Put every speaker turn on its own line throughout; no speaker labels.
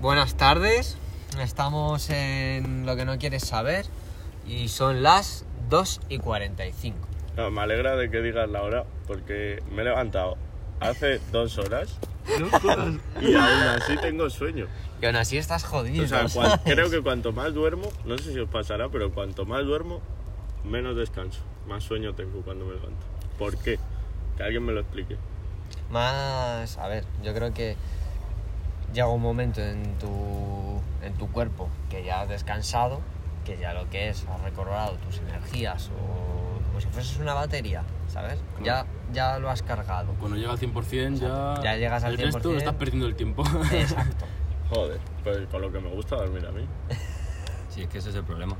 Buenas tardes, estamos en lo que no quieres saber y son las 2 y 45.
No, me alegra de que digas la hora porque me he levantado hace dos horas y aún así tengo sueño.
Y aún así estás jodido.
O sea, cuan-
¿sabes?
creo que cuanto más duermo, no sé si os pasará, pero cuanto más duermo, menos descanso, más sueño tengo cuando me levanto. ¿Por qué? Que alguien me lo explique.
Más, a ver, yo creo que llega un momento en tu, en tu cuerpo que ya has descansado, que ya lo que es, has recobrado tus energías o como si fueses una batería, ¿sabes? Ya, ya lo has cargado.
Cuando llega al 100% ya...
Ya llegas al
El resto
100%.
estás perdiendo el tiempo.
Exacto.
Joder, pues con lo que me gusta dormir a mí.
Sí, es que ese es el problema.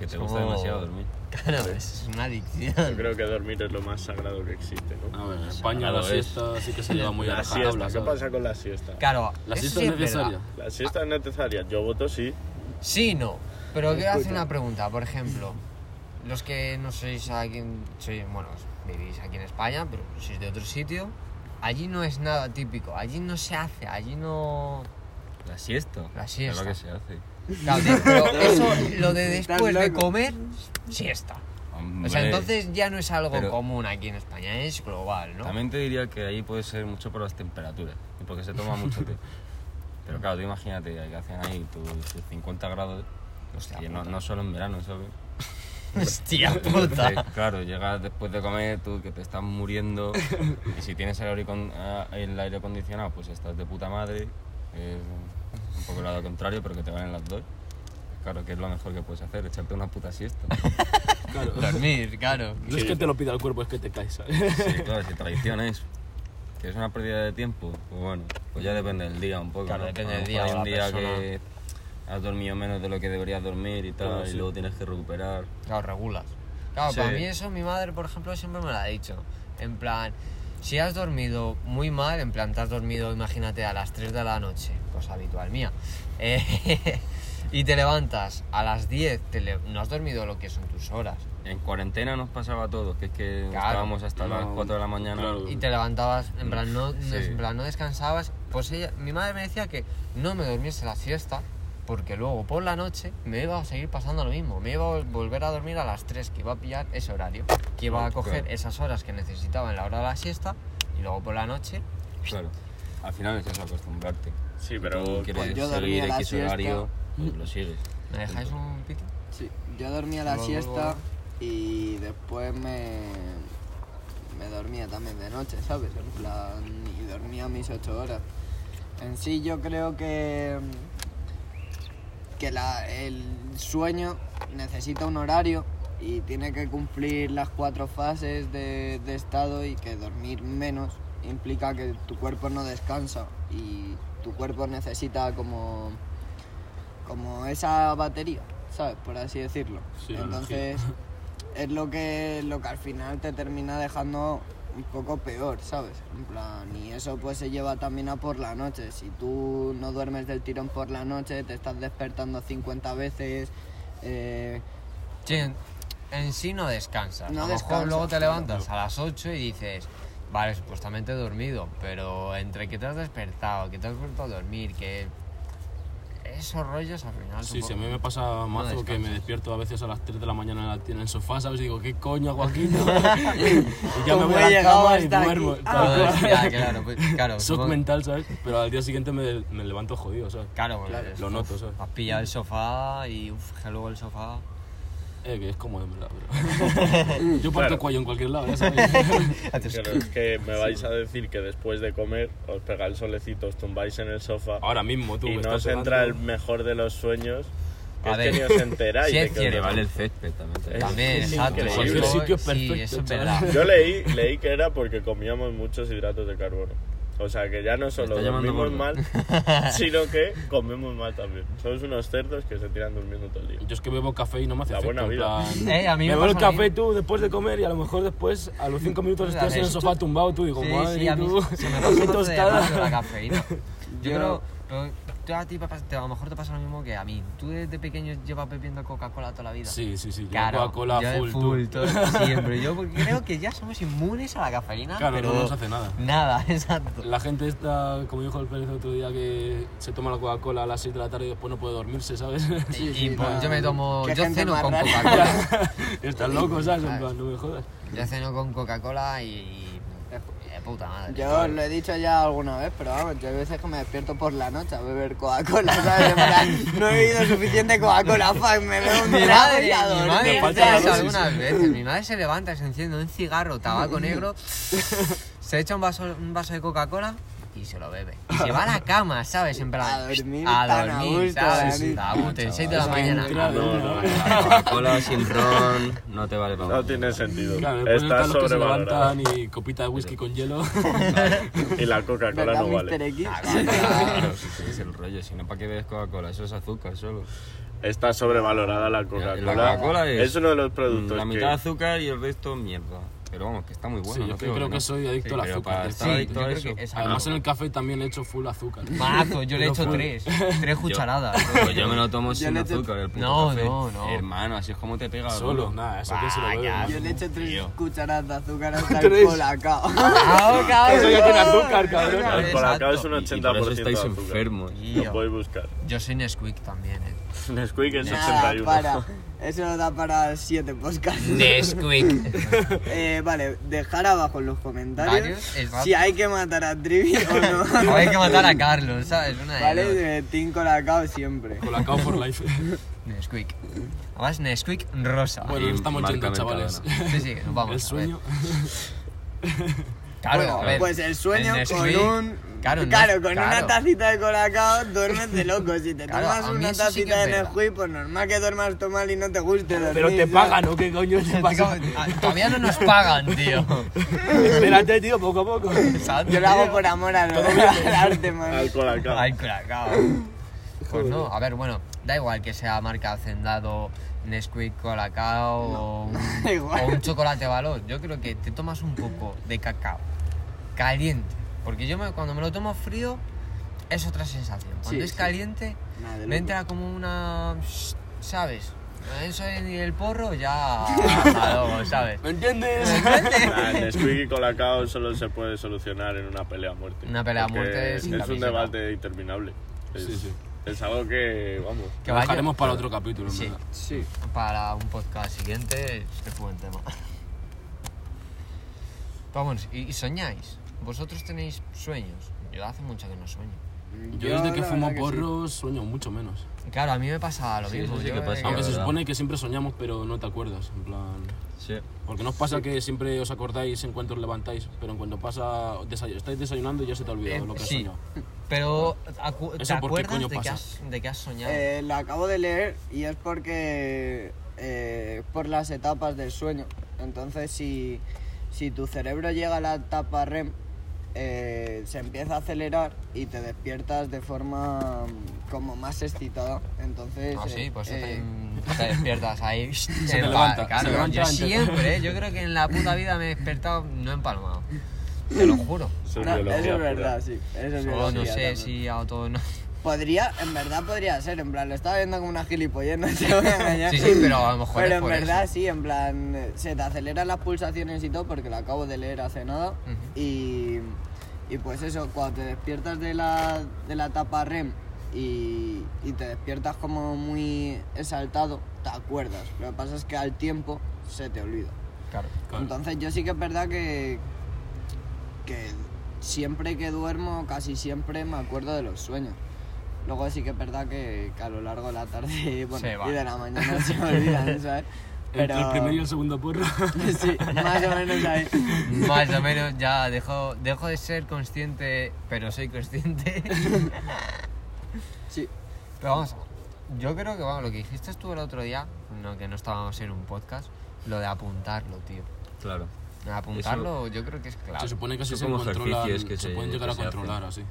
Que te
Es
gusta
como-
demasiado dormir.
Claro, es una
Yo
adicción.
creo que dormir es lo más sagrado que existe, ¿no?
A ver, en España
Ahora
la
lo
siesta sí que se lleva Ah, muy a
La
la
siesta,
tabla,
¿qué
¿sabes?
pasa con la siesta?
Claro,
La
eso
siesta
sí
es
verdad.
necesaria.
¿La siesta es necesaria? Yo voto sí.
Sí, no. Pero quiero hacer
Escucha.
una pregunta, por ejemplo. Los que no sois aquí, en- sois, bueno, vivís aquí en España, pero sois de otro sitio, allí no es nada típico, allí no se hace, allí no...
La siesta.
La
Es
siesta.
lo que se hace.
Claro, tío, pero eso, lo de
Estás
después de
loco.
comer, siesta. O
Hombre,
sea, entonces ya no es algo
Pero-
común aquí en España, es global, ¿no?
También te diría que ahí puede ser mucho por las temperaturas y porque se toma mucho té. Pero claro, tú imagínate que hacen ahí tus tus 50 grados.
Hostia
que no,
puta.
no solo en verano, ¿sabes?
Hostia
Eh,
puta.
claro, llegas después de comer tú que te estás muriendo y si tienes el, aire con- ah, el aire acondicionado pues estás de puta madre. Es un poco el lado contrario, pero que te valen las dos. Claro, que es lo mejor que puedes hacer, echarte una puta siesta.
Claro.
Dormir, claro.
No es que te lo pida el cuerpo, es que te caes, ¿sabes?
Sí, claro, si traición es. Que es una pérdida de tiempo, pues bueno, pues ya depende del día un poco.
Claro,
¿no?
depende
A lo
del
mejor
día o
Hay un
la
día que has dormido menos de lo que deberías dormir y tal,
Claro, sí.
y luego tienes que recuperar.
Claro, regulas. Claro,
Sí.
para mí eso mi madre, por ejemplo, siempre me lo ha dicho. En plan, si has dormido muy mal, en plan, te has dormido, imagínate, a las 3 de la noche, cosa habitual mía, eh, y te levantas a las 10, te le- no has dormido lo que son tus horas,
En cuarentena nos pasaba a todos, que es que
Claro.
estábamos hasta las
No,
4 de la mañana.
claro.
y te levantabas, en plan, no, no-
Sí.
en plan, no descansabas. Pues ella, mi madre me decía que no me durmiese la siesta, porque luego por la noche me iba a seguir pasando lo mismo, me iba a vol- volver a dormir a las 3, que iba a pillar ese horario, que iba a
Claro.
coger esas horas que necesitaba en la hora de la siesta, y luego por la noche,
Claro. Al final es eso, acostumbrarte.
Sí,
Si
pero
tú quieres
Pues yo
seguir
dormía la
X horario, pues lo sigues.
¿me dejáis un pito?
Sí, yo dormía la
Luego-
siesta y después me, me dormía también de noche, ¿sabes? En plan, y dormía mis ocho horas. En sí yo creo que, que la- el sueño necesita un horario y tiene que cumplir las cuatro fases de, de estado y que dormir menos implica que tu cuerpo no descansa y tu cuerpo necesita como como esa batería, ¿sabes? Por así decirlo.
Sí, la
Entonces, es lo que, lo que al final te termina dejando un poco peor, ¿sabes? En plan, y eso pues se lleva también a por la noche. Si tú no duermes del tirón por la noche, te estás despertando 50 veces. eh,
Sí, en, en sí no descansas.
No
a lo mejor
descansas,
luego te
no.
levantas a las 8 y dices, vale, supuestamente he dormido, pero entre que te has despertado, que te has vuelto a dormir, que esos rollos al final...
Sí,
son
sí, a
po-
mí me pasa mazo que me
descansas.
despierto a veces a las 3 de la mañana en, la- en el sofá, ¿sabes? Y digo, ¿qué coño hago aquí? y ya me
¿Cómo
voy
he
a la
llegado
cama y
hasta aquí?
duermo.
Ah,
Tal cual.
Ah, hostia, claro, pues, claro,
Shock
supongo-
mental, ¿sabes? Pero al día siguiente me, me levanto jodido, ¿sabes?
Claro, pues,
Claro,
lo
uf,
noto, ¿sabes?
Has pillado el sofá y uf, que luego el sofá...
Eh, que es cómodo, en verdad, pero... Yo parto
Claro.
cuello en cualquier lado, ya sabes.
Claro, es que me vais a decir que después de comer os pega el solecito, os tumbáis en el sofá
Ahora mismo tú
y
me
no os
estás
entra el
pegando.
mejor de los sueños. Que
A
es
ver,
que ni os enteráis.
sí
de
es
que
cierto.
os
Te
duele.
vale el césped también.
Eh,
te digo.
También,
Es
exacto.
increíble.
sí,
Cualquier
eso-
sitio es
Sí, eso es
perfecto,
verdad.
Yo leí, leí que era porque comíamos muchos hidratos de carbono. O sea que ya no solo
está llamando
dormimos mal,
gordo.
sino que comemos mal también. Somos unos cerdos que se tiran durmiendo todo el día.
Yo es que bebo café y no me hace
La
efecto,
buena
en
vida.
plan-
Eh, a mí me
me bebo el
pasa lo
café tú después de comer y a lo mejor después a los 5 minutos estás en el sofá tumbado tú y digo,
Sí,
madre,
sí, a mí
tú,
se me
qué
pasó el otro día
tostada".
hablando de la cafeína. Yo,
Yo-
creo Pero tú a ti papá, te- a lo mejor te pasa lo mismo que a mí. Tú desde pequeño llevas bebiendo Coca-Cola toda la vida.
Sí, sí, sí. Yo
Claro,
Coca-Cola
yo de
full, tú.
todo- siempre. Yo porque creo que ya somos inmunes a la cafeína.
Claro,
pero
no nos hace nada.
Nada, exacto.
La gente está, como dijo el Pérez el otro día, que se toma la Coca-Cola a las 6 de la tarde y después no puede dormirse, ¿sabes?
Sí,
y
sí,
pues,
no.
yo me tomo.
Qué
Yo
gente
ceno
más
con
rara.
Coca-Cola.
Estás loco, ¿sabes? En
¿Sabes?
plan, no me jodas.
yo ceno con Coca-Cola y. eh, puta madre.
Yo os lo he dicho ya alguna vez, pero vamos, yo hay veces que me despierto por la noche a beber Coca-Cola, ¿sabes? En plan, no he bebido suficiente Coca-Cola, fuck, me veo un
Mi
trago y
madre, mi
a
madre
dormir,
me
falta la
hace
¿sabes?
eso
dosis.
algunas veces. Mi madre se levanta, se enciende un cigarro, tabaco negro, se echa un vaso, un vaso de Coca-Cola y se lo bebe. Y se va a la cama, ¿sabes? En plan,
A dormir
a
tan a
dormir,
gusto,
¿sabes?
Dani.
A gusto, en 6 de la
Chaval,
mañana.
Claro,
No,
no,
no,
La Coca-Cola sin ron no te vale para
No tiene sentido.
Claro, después
Está
están los que se
sobrevalorado.
levantan y copita de whisky con hielo.
Y la Coca-Cola
¿Verdad,
no
Mr.
vale.
X?
Claro, sí, sí, es el rollo. Si no, ¿para qué bebes Coca-Cola? Eso es azúcar solo.
Está sobrevalorada la
La
Coca-Cola.
Coca-Cola es,
Es uno de los productos
La
que-
mitad azúcar y el resto mierda. Pero vamos, que está muy bueno.
Sí, yo
no te
creo
digo
que
no.
soy adicto
Sí,
al
pero
azúcar,
para
tío.
estar
Sí,
adicto
yo
a
creo
eso.
que es
Además, en
algo.
el café también le echo full azúcar.
Mazo, yo le he
Pero
hecho
full.
tres, tres cucharadas.
Pues yo me lo tomo
Yo
sin
le echo-
azúcar, el puto
No,
café.
no, no.
Hermano, así es como te pega
Solo,
duro.
nada, eso que se lo
Vaya.
bebe.
Yo le echo tres
Tío.
cucharadas de azúcar hasta el
Tres.
colacao.
¡Ah,
Eso ya tiene azúcar,
El
cabrón.
Exacto.
colacao es un
Y-
80%
y por eso
de
estáis
azúcar.
enfermos.
Lo podéis buscar.
Yo soy Nesquik también, eh.
Nesquik es
Nada,
81.
para. Eso da para siete podcasts.
Nesquik.
Eh, vale, dejar abajo en los comentarios
Varios, exacto.
si hay que matar a Trivi o no.
Hay que matar a Carlos, ¿sabes? Una de dos.
vale, eh, Team Colacao siempre.
Colacao for life.
Nesquik. Además, Nesquik rosa.
Bueno,
Ahí
estamos
marca
yendo,
Mercadona.
chavales.
Sí, sí, que nos vamos.
El
a ver.
sueño.
Claro,
Bueno,
a ver.
pues el sueño
el
con
Nesquik,
un.
claro, no-
con una
claro.
tacita de colacao duermes de loco. Si te
Claro,
tomas
a mí
una
eso sí que
tacita
es
de
verdad.
Nesquik, pues normal que duermas tú mal y no te guste dormir.
Pero te
¿sabes?
pagan, ¿o qué coño te pasa?
Ah, Todavía no nos pagan, tío.
Espérate, tío, poco a poco.
Exacto,
Yo lo hago
tío.
por amor al, al arte, man.
Al colacao.
Ay, colacao. Pues no, a ver, bueno, da igual que sea marca Hacendado, Nesquik, Colacao o, un,
Da igual.
o un chocolate valor. Yo creo que te tomas un poco de cacao caliente. Porque yo me- cuando me lo tomo frío es otra sensación. Cuando
Sí,
es
sí.
caliente
Nada, de
me
loco.
entra como una... ¿Sabes? Eso y el porro ya... hasta luego, ¿sabes?
¿Me entiendes?
Nah, Nesquik y colacao solo se puede solucionar en una pelea a muerte.
Una pelea a
Porque
muerte
Es
sin
un
camiseta.
debate interminable. Es,
Sí, sí.
es algo que, vamos,
Que
Lo
vaya-
dejaremos para otro capítulo, en
Sí.
verdad.
Sí.
para un podcast siguiente es buen tema. Vamos, ¿y, y soñáis? ¿Vosotros tenéis sueños? Yo hace mucho que no sueño.
Yo desde que
la
fumo
verdad sí.
porros sueño mucho menos.
Claro, a mí me pasa lo
Sí,
mismo.
eso sí
yo
que
me
pasa.
quedo-
Aunque se
verdad.
supone que siempre soñamos, pero no te acuerdas. En plan.
Sí.
Porque no os pasa que siempre os acordáis en cuanto os levantáis, pero en cuanto pasa. desay- estáis desayunando y ya se te ha olvidado
Eh,
lo que has
sí.
soñado.
Pero acu- ¿te
Eso por qué
acuerdas de
coño
que,
pasa.
has, de que has soñado?
Eh, lo acabo de leer y es porque eh, por las etapas del sueño. Entonces, si, si tu cerebro llega a la etapa REM, eh, se empieza a acelerar y te despiertas de forma mm, como más excitada. Entonces,
Ah, sí,
eh,
pues
eh,
te, te despiertas ahí. Se
te levanta,
Claro,
se levanta
yo
antes.
siempre, ¿eh? yo creo que en la puta vida me he despertado no empalmado. Te lo juro.
eso es
no,
biología.
eso es
pura.
verdad, sí. Eso es
Solo no
biología
sé
también.
si a todo no.
Podría, en verdad podría ser, en plan, lo estaba viendo como una gilipollez, no te voy a engañar.
Sí, sí, pero a lo mejor
Pero
es
en
por
verdad
eso.
sí, en plan, eh, se te aceleran las pulsaciones y todo porque lo acabo de leer hace nada. y, y pues eso, cuando te despiertas de la, de la etapa REM y, y te despiertas como muy exaltado, te acuerdas. Lo que pasa es que al tiempo se te olvida.
Claro.
Claro.
Entonces yo sí que es verdad que, que siempre que duermo, casi siempre me acuerdo de los sueños. Luego sí que es verdad que, que a lo largo de la tarde bueno,
Se va.
y de la mañana se me olvidan, ¿sabes? ¿eh? Pero
Entre el primero y el segundo porro.
sí, más o menos ahí.
Más o menos ya dejo, dejo de ser consciente, pero soy consciente.
Sí.
Pero vamos, yo creo que vamos, lo que dijiste tú el otro día, no, que no estábamos en un podcast, lo de apuntarlo, tío.
Claro.
Lo de Apuntarlo yo creo que es clave.
Se supone que así
Son
se
como
controlan.
ejercicios que
se,
se-
pueden llegar
que
a
se hacen.
controlar así.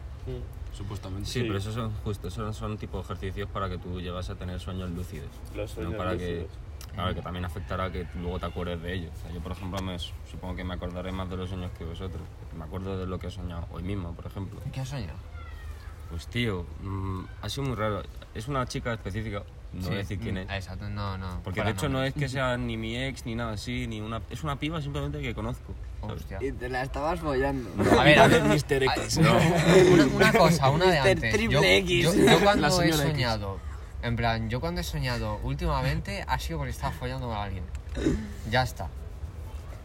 Supuestamente.
Sí,
Sí.
pero esos son justo, esos son tipo de ejercicios para que tú llegas a tener sueños lúcidos.
Los sueños
no para
lúcidos.
que. Claro, que también afectará que luego te acuerdes de ellos. O sea, yo, por ejemplo, me, supongo que me acordaré más de los sueños que vosotros. Me acuerdo de lo que he soñado hoy mismo, por ejemplo.
¿Qué has soñado?
Pues tío, mm, ha sido muy raro. Es una chica específica, no voy a decir quién es.
mm, Exacto, no, no.
Porque de
para
hecho no
nombres.
es que sea ni mi ex ni nada así, ni una... Es una piba simplemente que conozco. ¿sabes?
Hostia.
Y te la estabas follando.
A ver, a ver.
Mr. X.
Ay, no, una, una cosa, una de
Mister
antes. Yo,
Triple X.
yo- yo
La
cuando he
señora X.
soñado, en plan, yo cuando he soñado últimamente ha sido porque estaba follando con alguien. Ya está.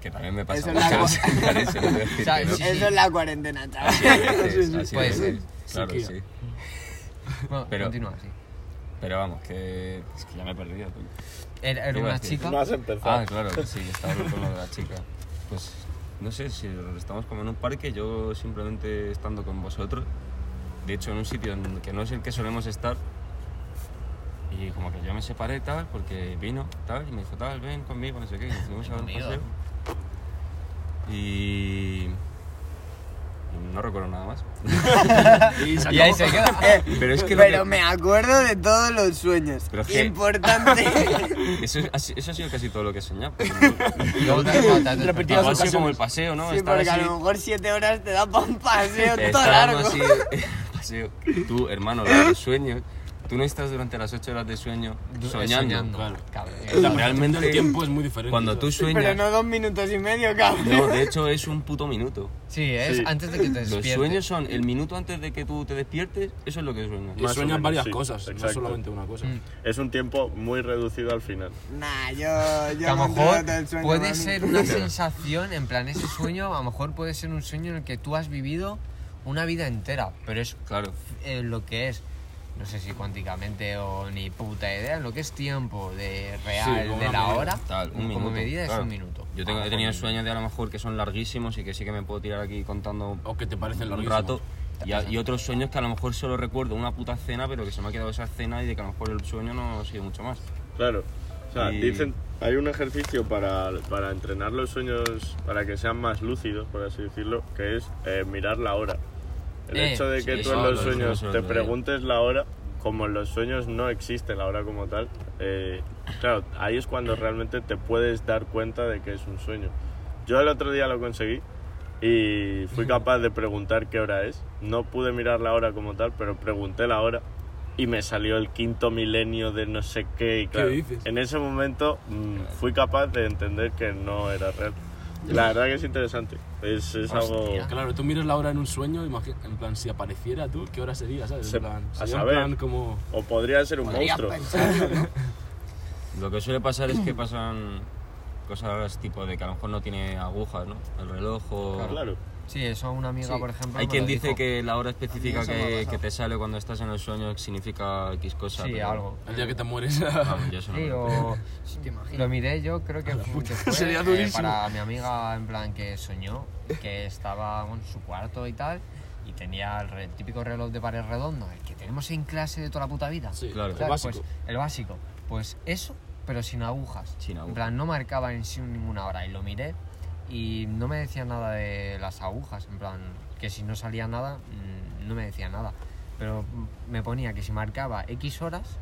Que también me pasa
Eso es la
muchas
cosa.
veces, se lo voy a decir,
¿Sabes?
pero-
Sí,
Eso es Pues, la cuarentena, chaval.
Así a veces, así a
Puede ser.
veces. Claro,
Sí,
sí.
Bueno,
Pero-
continúa así.
Pero vamos, que... Es que ya me he perdido. coño.
Era, era
Iba a
una
decir-
chica.
No has empezado.
Ah, claro, que sí, estaba con lo de la chica. Pues no sé si estamos como en un parque, yo simplemente estando con vosotros, de hecho en un sitio en que no es el que solemos estar, y como que yo me separé tal, porque vino tal, y me dijo tal, ven conmigo, no sé qué, y nos fuimos a dar un
Conmigo.
paseo. Y. y No recuerdo nada más.
Y ahí se queda.
Pero es que lo
Pero
que-
me acuerdo de todos los sueños.
Pero es que-
Importante.
Eso, ha si- eso ha sido casi todo lo que he soñado.
Luego te- te- te- te-
Repetidas
Igual ha sido como el
ocasiones.
paseo, ¿no?
sí,
Estar
porque a
así-
lo mejor siete horas te da para un paseo todo largo.
Estábamos así, paseo. Tú, hermano, la de los sueños. Tú no estás durante las 8 horas de sueño
du- eh,
soñando.
claro.
Cabrón.
Realmente
el tiempo es muy diferente.
Cuando tú
¿sabes?
Pero
sueñas.
no dos minutos y medio, cabrón.
No, de hecho es un puto minuto.
Sí, es
Sí.
antes de que te
Los
despiertes.
sueños son el minuto antes de que tú te despiertes, eso es lo que sueñas.
Y
Más o
sueñas
menos,
varias
sí,
cosas, no
exacto.
solamente una cosa.
Mm.
Es un tiempo muy reducido al final.
Nah, yo,
Que
yo
a
no
lo
entiendo
mejor
todo el sueño,
puede
mami.
ser una sensación, en plan, ese sueño a lo mejor puede ser un sueño en el que tú has vivido una vida entera, pero es
Claro.
eh, lo que es, no sé si cuánticamente o ni puta idea, lo que es tiempo de real,
Sí, como
de
una
la
medida,
hora,
Tal, un
como
minuto,
medida
claro.
es un minuto.
Yo tengo,
Ah,
he tenido
bueno.
sueños de a lo mejor que son larguísimos y que sí que me puedo tirar aquí contando
O que te parecen
un
larguísimos.
rato. Y, a- y otros sueños que a lo mejor solo recuerdo una puta cena, pero que se me ha quedado esa cena y de que a lo mejor el sueño no ha sido mucho más.
Claro. O sea,
Y-
dicen, hay un ejercicio para, para entrenar los sueños, para que sean más lúcidos, por así decirlo, que es eh, mirar la hora. El
Eh,
hecho de que
sí,
tú
eso
en
lo
los
dijimos
sueños
el
te
otro día.
preguntes la hora, como en los sueños no existe la hora como tal, eh, claro, ahí es cuando realmente te puedes dar cuenta de que es un sueño. Yo el otro día lo conseguí y fui capaz de preguntar qué hora es. No pude mirar la hora como tal, pero pregunté la hora y me salió el quinto milenio de no sé qué. Y claro,
dices?
en ese momento mm, fui capaz de entender que no era real. La verdad que es interesante. Es, es algo...
Hostia.
Claro, tú miras la hora en un sueño, imagi- en plan, si apareciera tú, ¿qué hora sería? ¿Sabes?
Se-
En plan,
a
sería en
saber.
plan como.
O podría ser un
Podrías
monstruo.
pensarlo, ¿no?
Lo que suele pasar es que pasan cosas tipo de que a lo mejor no tiene agujas, ¿no? El reloj o...
Claro.
Sí, eso una amiga,
Sí.
por ejemplo.
Hay
me
quien
lo
dice
dijo.
que la hora específica
eso me ha
que,
pasado.
que te sale cuando estás en el sueño significa X cosa.
Sí,
pero-
algo.
El día que te mueres.
Vamos, yo eso no
Sí,
lo-
o
Sí, te imagino.
lo miré yo, creo que, fu- que fue
sería
eh,
durísimo.
para mi amiga en plan que soñó que estaba en su cuarto y tal y tenía el re- típico reloj de pared redonda, el que tenemos en clase de toda la puta vida.
sí,
claro.
el
Claro,
básico.
Pues, el básico. Pues eso, pero sin agujas. En
Sin agujas.
plan, no marcaba en sí ninguna hora y lo miré y no me decía nada de las agujas. En plan, que si no salía nada, mm, no me decía nada. Pero mm, me ponía que si marcaba X horas,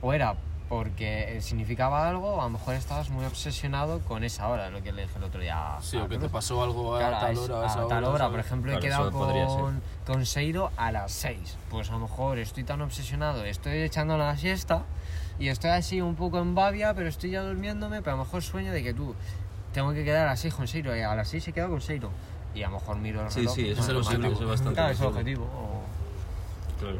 o era porque eh, significaba algo, o a lo mejor estabas muy obsesionado con esa hora, lo que le dije el otro día. a-
Sí,
a
o que te
Cruz.
pasó algo a
Claro, a
tal
es-
hora, a
a
esa hora.
tal hora, por
¿sabes?
ejemplo, he
Claro,
quedado
eso podría ser.
con, con Seiro a las 6. Pues a lo mejor estoy tan obsesionado, estoy echando la siesta y estoy así un poco en babia, pero estoy ya durmiéndome, pero a lo mejor sueño de que tú tengo que quedar a las 6 con Seiro, y a las 6 he quedado con Seiro. Y a lo mejor miro el
Sí,
reloj.
sí,
y
eso
es el
me
objetivo,
marca.
eso es bastante
Claro, es el
posible.
objetivo. o-
Claro.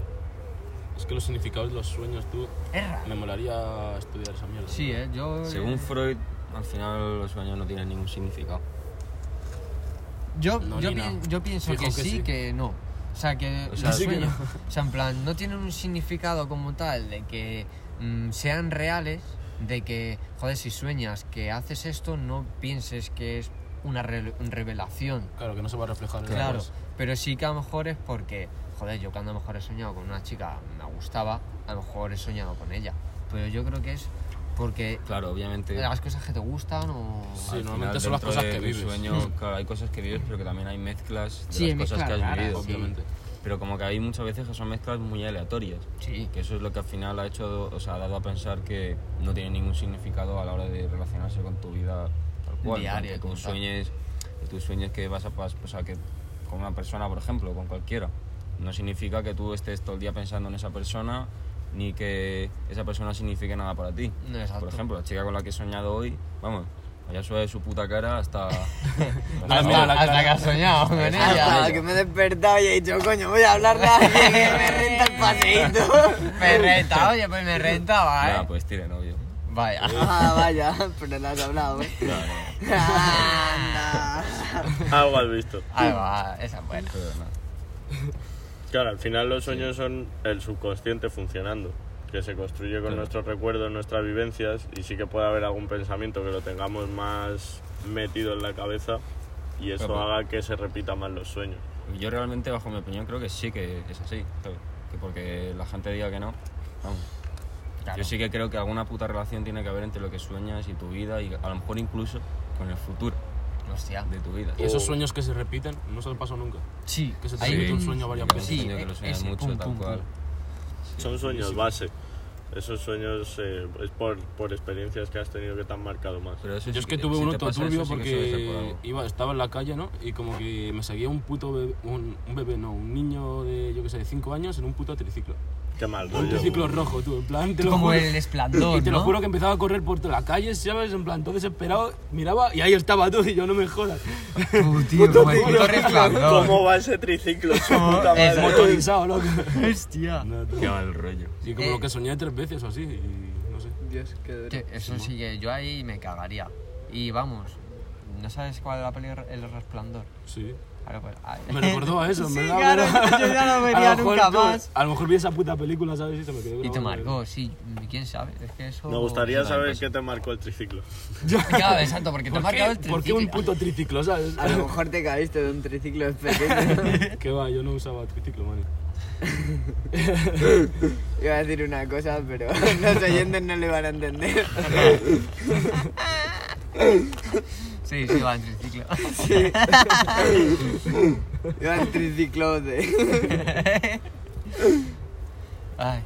Es que los significados de los sueños, tú.
Es raro.
Me molaría estudiar esa mierda.
Sí, ¿eh? yo...
Según Freud, al final los sueños no tienen ningún significado.
Yo,
No,
yo,
ni
pi-
nada.
yo pienso
Fijo
que,
que
sí,
sí.
que no. O sea, que
O
los
sea,
sí que
sueños, o sea, en plan, no tienen un significado como tal de que mm, sean reales, de que, joder, si sueñas que haces esto, no pienses que es una re- revelación.
Claro, que no se va a reflejar en
Claro,
las-
pero sí que a lo mejor es porque, joder, yo cuando a lo mejor he soñado con una chica, me gustaba, a lo mejor he soñado con ella. Pero yo creo que es porque
Claro, obviamente.
las cosas que te gustan o...
Sí,
al
normalmente
final,
son las
dentro
cosas
de
que
tu
vives.
sueño, claro, hay cosas que vives, pero que también hay mezclas de
Sí,
las cosas
mezclas
que has
raras,
vivido.
sí.
Obviamente.
Pero como que hay muchas veces que son mezclas muy aleatorias.
Sí.
Que eso es lo que al final ha hecho, o sea, ha dado a pensar que no tiene ningún significado a la hora de relacionarse con tu vida tal cual.
Diaria,
Que
como
tú
tal.
sueñes, que tú sueñes que vas a pas- o sea, que con una persona, por ejemplo, con cualquiera, No significa que tú estés todo el día pensando en esa persona, ni que esa persona signifique nada para ti.
No, exacto.
Por ejemplo, la chica con la que he soñado hoy, vamos, allá sube su puta cara hasta...
Ah,
Hasta,
mira, la
hasta
cara.
que has soñado con
Ah,
ella.
Hasta que me he despertado y he dicho, coño, voy a hablarle a alguien que me renta el paseíto.
Me renta, oye, pues me renta,
Nada,
vaya.
pues tire novio.
Vaya.
Ah, vaya, pero la has hablado, ¿eh?
Claro, no,
Anda.
Algo has visto.
Ahí va, esa es buena.
pero nada.
Claro, al final los sueños son el subconsciente funcionando, que se construye con
Claro.
nuestros recuerdos, nuestras vivencias, y sí que puede haber algún pensamiento que lo tengamos más metido en la cabeza y eso
Claro.
haga que se repita más los sueños.
Yo realmente, bajo mi opinión, creo que sí que es así. ¿sabes? Que porque la gente diga que no. Vamos.
Claro.
Yo sí que creo que alguna puta relación tiene que haber entre lo que sueñas y tu vida y a lo mejor incluso con el futuro
Hostia.
de tu vida.
Y esos sueños que se repiten no se han pasado nunca.
Sí,
Que se te
hay
repite un
un-
sueño varias
Yo
veces.
sí,
creo que lo sueñas
ese,
mucho,
pum,
tal
pum,
cual.
pum.
Son sueños base. Esos sueños eh, es por, por experiencias que has tenido que te han marcado más.
Pero eso
Yo
sí
es que
que-
tuve
si
uno
te
todo
pasa
turbio
eso, sí que suele ser por
porque
algo.
iba, estaba en la calle, ¿no? Y como que me seguía un puto bebé, un, un bebé, no, un niño de, yo qué sé, de 5 años en un puto triciclo.
Qué mal
Un
rollo.
triciclo rojo, tú, en plan, te lo
Como
juro.
el
Y
esplendor,
te lo
¿no?
juro que empezaba a correr por toda la calle, ¿sabes? En plan, todo desesperado, miraba y ahí estaba tú y yo, no me jodas.
Uh, tío, como el puto resplandor.
¿Cómo va ese triciclo? Su
¿Cómo?
puta
Es
madre.
Motorizado, loco.
Hostia.
No, tú.
Qué mal rollo.
Y como lo que soñé tres veces o así, y no sé.
Dios, qué duro.
Que eso sí que yo ahí me cagaría. Y vamos, ¿no sabes cuál es la peli El Resplandor?
Sí.
Claro, pues, ay.
Me recordó a eso, en
Sí,
¿verdad?
claro,
pero-
yo ya no
a lo
vería
mejor
nunca
tú-
más.
A lo mejor vi esa puta película, ¿sabes? Y se me quedó
Y te
grabando.
marcó, sí, quién sabe. Es que eso.
Me gustaría
Eso también
saber
pasa.
qué te marcó el triciclo.
Claro, exacto, porque te ha
¿Por
marcado el
qué, por qué un
triciclo.
puto triciclo, sabes?
A lo mejor te caíste de un triciclo de pequeño.
que va, yo no usaba triciclo, man.
Iba a decir una cosa, pero los oyentes no le van a entender.
Sí, sí, va en triciclo.
Iba en triciclo de...
Ay,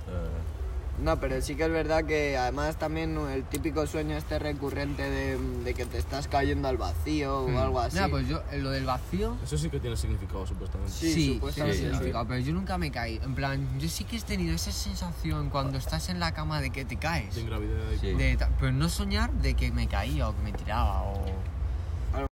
No, pero sí que es verdad que además también el típico sueño este recurrente de, de que te estás cayendo al vacío o algo así.
Mira, pues yo, eh, lo del vacío.
Eso sí que tiene significado, supuestamente.
Sí,
Sí, tiene
supuestamente.
significado, pero yo nunca me caí. En plan, yo sí que he tenido esa sensación cuando estás en la cama de que te caes.
De ingravidez y
Sí.
De ta- pero no soñar de que me caía o que me tiraba o...